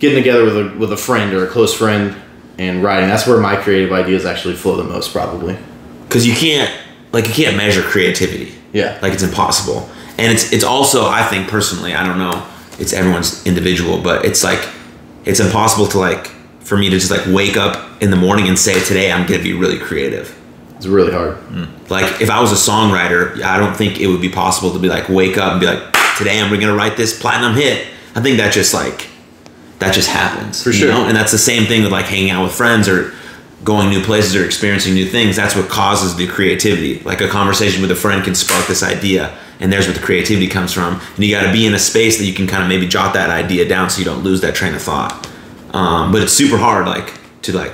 getting together with a with a friend or a close friend and writing. That's where my creative ideas actually flow the most, probably. Because you can't like you can't measure creativity. Yeah. like it's impossible and it's it's also i think personally i don't know it's everyone's individual but it's like it's impossible to like for me to just like wake up in the morning and say today i'm gonna be really creative it's really hard. like if i was a songwriter i don't think it would be possible to be like wake up and be like today i'm gonna write this platinum hit i think that just like that just happens For sure. and that's the same thing with like hanging out with friends or going new places or experiencing new things that's what causes the creativity like a conversation with a friend can spark this idea and there's where the creativity comes from and you got to be in a space that you can kind of maybe jot that idea down so you don't lose that train of thought um, but it's super hard like to like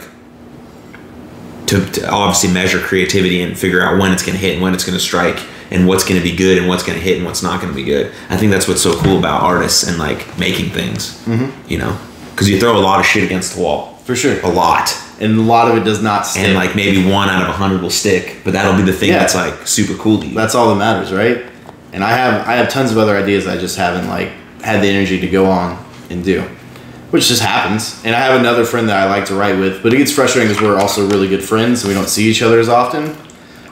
to, to obviously measure creativity and figure out when it's going to hit and when it's going to strike and what's going to be good and what's going to hit and what's not going to be good. I think that's what's so cool about artists and like making things, Mm-hmm. you know, because you throw a lot of shit against the wall, For sure. a lot, And a lot of it does not stick. and like maybe one out of a hundred will stick, but that'll be the thing Yeah. that's like super cool to you. that's all that matters, right? And I have I have tons of other ideas I just haven't like had the energy to go on and do, which just happens. And I have another friend that I like to write with, but it gets frustrating because we're also really good friends and we don't see each other as often.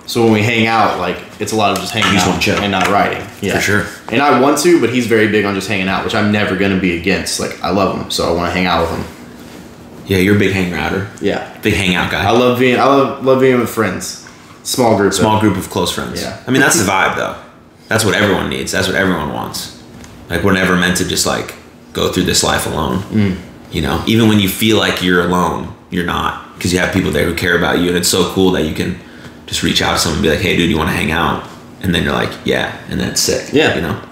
So when we hang out, like it's a lot of just hanging You just out wanna chill. and not writing. Yeah, sure. And I want to, but he's very big on just hanging out, which I'm never gonna be against. Like I love him, so I want to hang out with him. yeah, you're a big hang router, Yeah, big hangout guy. I love being I love love being with friends, small groups. small group of close friends. Yeah. I mean, that's the vibe though. That's what everyone needs. That's what everyone wants. Like we're never meant to just like go through this life alone. You know, even when you feel like you're alone, you're not because you have people there who care about you, and it's so cool that you can just reach out to someone and be like, "Hey, dude, you want to hang out?" And then you're like, "Yeah," and that's sick. Yeah. you know,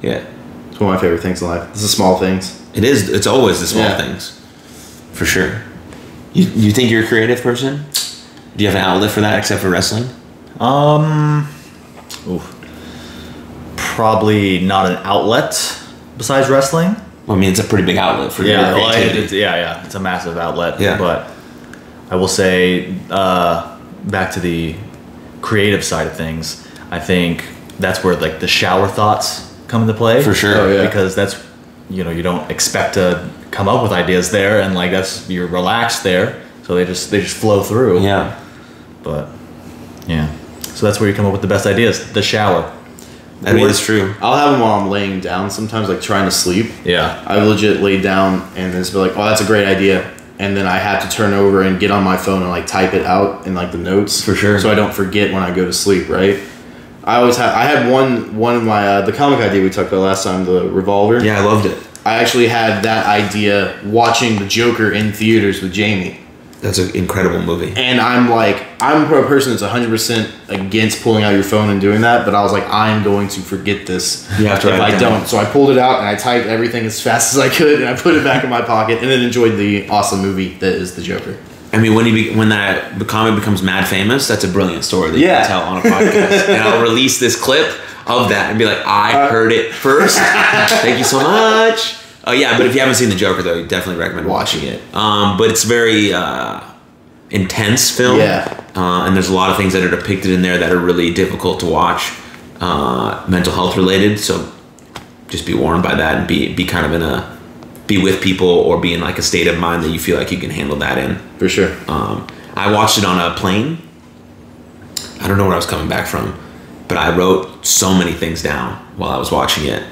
yeah. It's one of my favorite things in life. It's the small things. It is. It's always the small Yeah. things, for sure. You you think you're a creative person? Do you have an outlet for that except for wrestling? Um, oof. probably not an outlet besides wrestling. Well, I mean, it's a pretty big outlet for Yeah, your well, it- creativity. it's, yeah, yeah. It's a massive outlet. Yeah. But I will say, uh, back to the creative side of things, I think that's where like the shower thoughts come into play. For sure. Oh, yeah. Because that's you know you don't expect to come up with ideas there, and like that's you're relaxed there, so they just they just flow through. Yeah. But yeah, so that's where you come up with the best ideas. The shower. That Or- is true. I'll have them while I'm laying down sometimes, like trying to sleep. Yeah. I legit lay down and then just be like, oh, that's a great idea. And then I have to turn over and get on my phone and like type it out in like the notes For sure. so I don't forget when I go to sleep. Right? I always had I had one one of my uh, the comic idea we talked about last time the revolver. Yeah, I loved it. I actually had that idea watching the Joker in theaters with Jamie. That's an incredible movie. And I'm like, I'm a person that's 100% against pulling out your phone and doing that, but I was like, I'm going to forget this You have to if write I it down. don't. So I pulled it out and I typed everything as fast as I could and I put it back in my pocket and then enjoyed the awesome movie that is The Joker. I mean, when he be, when that comic becomes mad famous, that's a brilliant story that you Yeah. can tell on a podcast. and I'll release this clip of that and be like, I Uh, heard it first. Thank you so much. Oh yeah, but if you haven't seen The Joker though, you definitely recommend watching it. Um, but it's very uh, intense film. Yeah. Uh, and there's a lot of things that are depicted in there that are really difficult to watch, uh, mental health related. So just be warned by that and be be kind of in a be with people or be in like a state of mind that you feel like you can handle that in. For sure. Um, I watched it on a plane. I don't know where I was coming back from, but I wrote so many things down while I was watching it.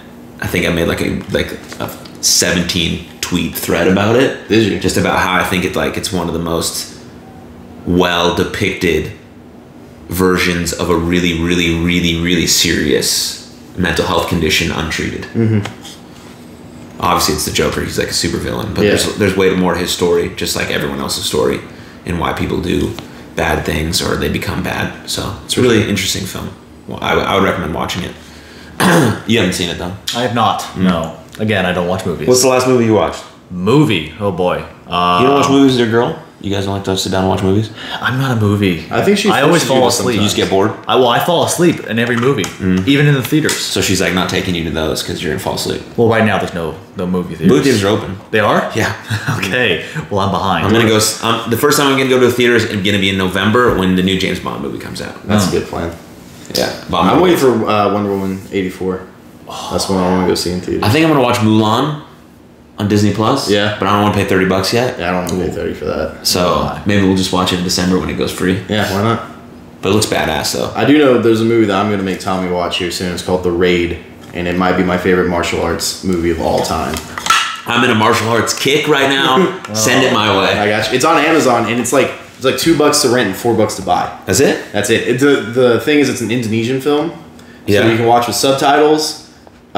I think I made like a like a 17 tweet thread about it. Did you? Just about how I think it like it's one of the most well depicted versions of a really really really really serious mental health condition untreated. Mm-hmm. Obviously, it's the Joker. He's like a super villain, but Yeah. there's there's way more to his story, just like everyone else's story, and why people do bad things or they become bad. So it's a really interesting film. Well, I, I would recommend watching it. you haven't seen it though. I have Mm. not. No. Again, I don't watch movies. the last movie you watched? movie? Oh boy. Uh, You don't watch movies with your girl. You guys don't like to sit down and watch movies. I'm not a movie. I think she I forces always you fall to asleep. You Mm. just get bored. I well, I fall asleep in every movie, even in the theaters. So she's like not taking you to those because you're gonna fall asleep. Well, right now there's no no movie theaters. Movie theaters are open. They are. Yeah. Okay. Well, I'm behind. I'm gonna go. s- Um, the first time I'm gonna go to the theaters is gonna be in November when the new James Bond movie comes out. That's a good plan. Yeah, Bond I'm movie. waiting for uh, Wonder Woman 84. That's when I want to go see in I theaters. think I'm gonna watch Mulan on Disney Plus. Yeah. but I don't want to pay thirty bucks yet. Yeah, I don't want to pay 30 for that. So maybe we'll just watch it in December when it goes free. Yeah, why not? But it looks badass though. I do know there's a movie that I'm going to make Tommy watch here soon. It's called The Raid, and it might be my favorite martial arts movie of all time. I'm in a martial arts kick right now. Send it my I way. got you. It's on Amazon, and it's like it's like two bucks to rent and four bucks to buy. That's it. That's it. It- the The thing is, it's an Indonesian film, Yeah. so you can watch with subtitles,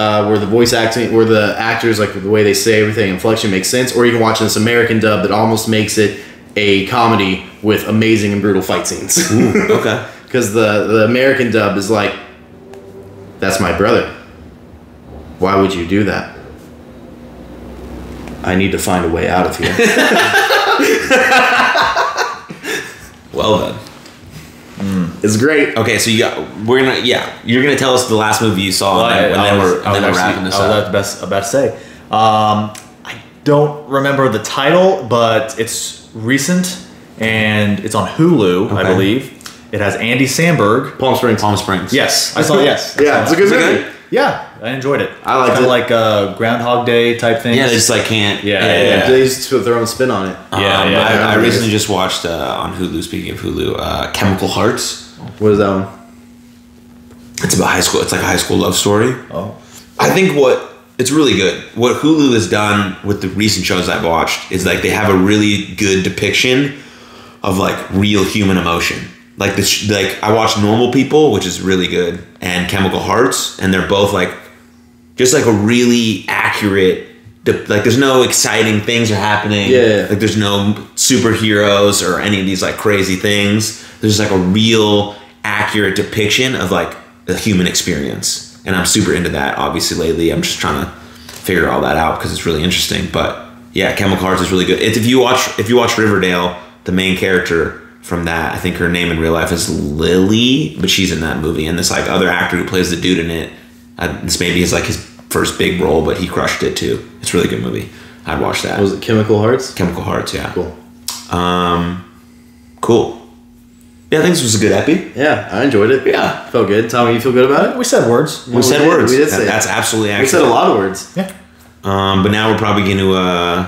uh, where the voice acting, where the actors like the way they say everything, inflection makes sense, or you can watch this American dub that almost makes it a comedy with amazing and brutal fight scenes. Okay. Because the, the American dub is like, that's my brother. Why would you do that? I need to find a way out of here. Well then. it's great. Okay, so you got we're gonna yeah you're gonna tell us the last movie you saw Well, and then, I- I and then was- we're and then I we're was wrapping this actually- I was up. about to best- about to say. Um, I don't remember the title, but it's recent and it's on Hulu, I Okay. believe. It has Andy Samberg. Palm Springs. Palm Springs. Yes, I saw. Yes, I saw Yeah, it's a that. good Is it movie. good? Yeah, I enjoyed it. I liked Kinda it. like a Groundhog Day type thing. Yeah, they just like can't. Yeah, Yeah, yeah. They just put their own spin on it. Yeah, Um, yeah. I, I Yeah. recently just watched uh, on Hulu. Speaking of Hulu, uh, Chemical Hearts. What is that one? It's about high school. It's like a high school love story. oh, I think what it's really good. What Hulu has done with the recent shows I've watched is like they have a really good depiction of like real human emotion. Like the sh- like I watched Normal People, which is really good, and Chemical Hearts, and they're both like just like a really accurate. de- Like there's no exciting things are happening. Yeah, yeah. Like there's no superheroes or any of these like crazy things. There's like a real accurate depiction of like the human experience, and I'm super into that. Obviously, lately I'm just trying to figure all that out because it's really interesting. But yeah, Chemical Hearts is really good. It's, if you watch if you watch Riverdale, the main character from that, I think her name in real life is Lily, but she's in that movie. And this like other actor who plays the dude in it, uh, this maybe is like his first big role, but he crushed it too. It's a really good movie. I'd watch that. Was it Chemical Hearts? Chemical Hearts, yeah. Um, Cool. Cool. Yeah, I think this was a good epi. Yeah, I enjoyed it. Yeah. Felt good. Tommy, you feel good about it? we said words. We said did- words. We did That- say it. That's absolutely We said accurate. a lot of words. Yeah, Um, but now we're probably going to uh,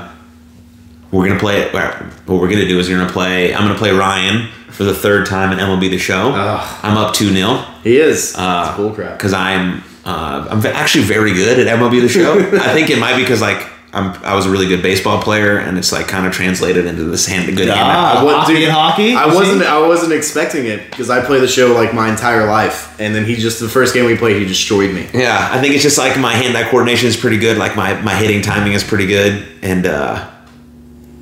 we're going to play. well, What we're going to do is we're going to play. I'm going to play Ryan for the third time in MLB the Show. Ugh. I'm up two 0 He is. uh, It's bull crap. Because I'm uh, I'm actually very good at MLB the Show. I think it might be because like I'm I was a really good baseball player, and it's like kind of translated into this hand good hand. I wa- hockey dude, and hockey? I You wasn't. see? I wasn't expecting it because I play the show like my entire life, and then he just the first game we played, he destroyed me. Yeah, I think it's just like my hand eye coordination is pretty good. Like my my hitting timing is pretty good, and uh,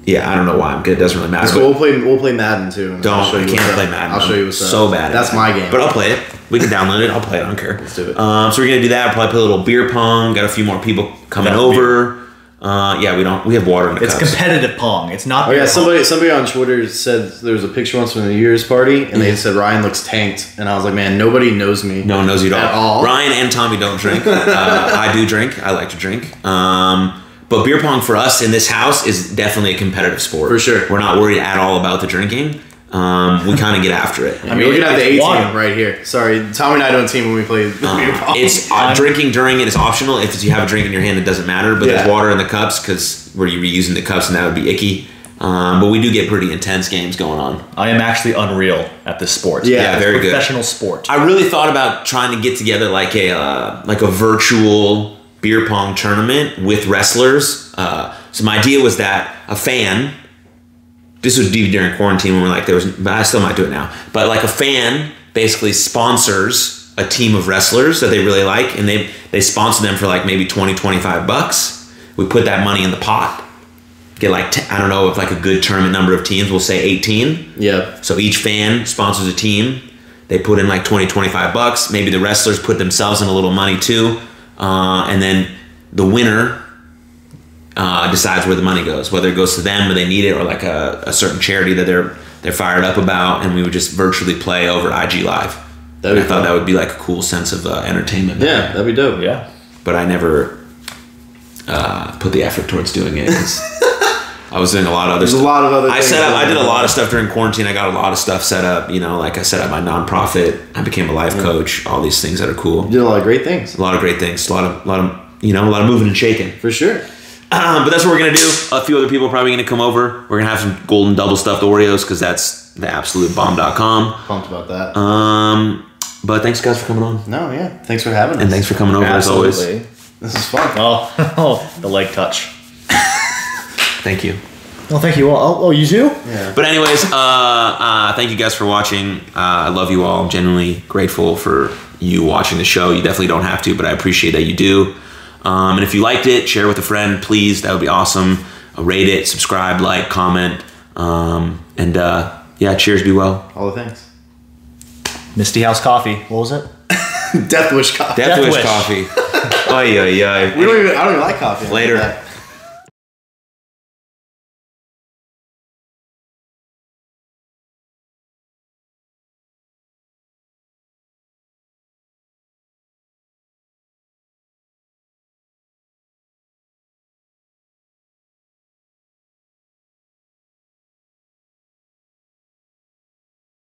yeah, I don't know why I'm good. It doesn't really matter. So but we'll play. We'll play Madden too. and Don't I'll show I you can't what's play up. Madden. I'll show you I'm what's up. so bad. at That's it. my game. but I'll play it. We can download it. I'll play it. I don't care. Let's do it. Um, so we're gonna do that. We'll probably play a little beer pong. Got a few more people coming Got over. Uh, yeah, we don't. We have water in the It's cups. competitive pong. It's not. Oh yeah, beer pong. somebody somebody on Twitter said there was a picture once from the New Year's party, and they said Ryan looks tanked, and I was like, man, nobody knows me. No one knows you At all. Ryan and Tommy don't drink. uh, I do drink. I like to drink. Um, but beer pong for us in this house is definitely a competitive sport. For sure. We're not worried at all about the drinking. Um, we kind of get after it. I mean, we're gonna have the It's A water. team right here. Sorry, Tommy and I don't team when we play beer pong. it's uh, drinking during it is optional. If you have a drink in your hand, it doesn't matter. But Yeah. there's water in the cups because we're reusing the cups, and that would be icky. Um, but we do get pretty intense games going on. I am actually unreal at this sport. Yeah, Yeah, It's very good. professional sport. I really thought about trying to get together like a uh, like a virtual beer pong tournament with wrestlers. Uh, so my idea was that a fan. This was deep during quarantine when we're like there was, but I still might do it now. But like a fan basically sponsors a team of wrestlers that they really like, and they they sponsor them for like maybe 20, 25 bucks. We put that money in the pot. Get like t- I don't know if like a good tournament number of teams. We'll say eighteen. yeah, So each fan sponsors a team. They put in like 20, 25 bucks. Maybe the wrestlers put themselves in a little money too. Uh, and then the winner uh, decides where the money goes, whether it goes to them or they need it or like a, a certain charity that they're they're fired up about. And we would just virtually play over IG Live. That'd be And I thought fun. that would be like a cool sense of uh, entertainment. yeah, that'd be dope. yeah. But I never uh, put the effort towards doing it 'cause I was doing a lot of other there's a lot of other. I things set up. going I did a on. lot of stuff during quarantine. I got a lot of stuff set up. You know, like I set up my nonprofit. I became a life coach. All these things that are cool. Did a lot of great things A lot of great things. A lot of, lot of, you know, a lot of moving and shaking. for sure. Um, but that's what we're gonna do. A few other people are probably gonna come over. We're gonna have some golden double stuffed Oreos because that's the absolute bomb.com. Pumped about that. Um, but thanks guys for coming on, no, yeah. Thanks for having us. and thanks for coming over as always. This is fun. Oh, the leg touch. Thank you. Well, thank you all. Oh, oh, you too? Yeah. But anyways, uh, uh, thank you guys for watching. Uh, I love you all. I'm genuinely grateful for you watching the show. You definitely don't have to, but I appreciate that you do. Um, and if you liked it, share with a friend, please. That would be awesome. Uh, rate it, subscribe, like, comment, um, and uh, yeah, cheers. Be well. All the things. Misty House Coffee. What was it? Death wish coffee. Death, Death wish, wish. coffee. Oy, oy, oy. we don't even. I don't even like coffee. Later. Yeah.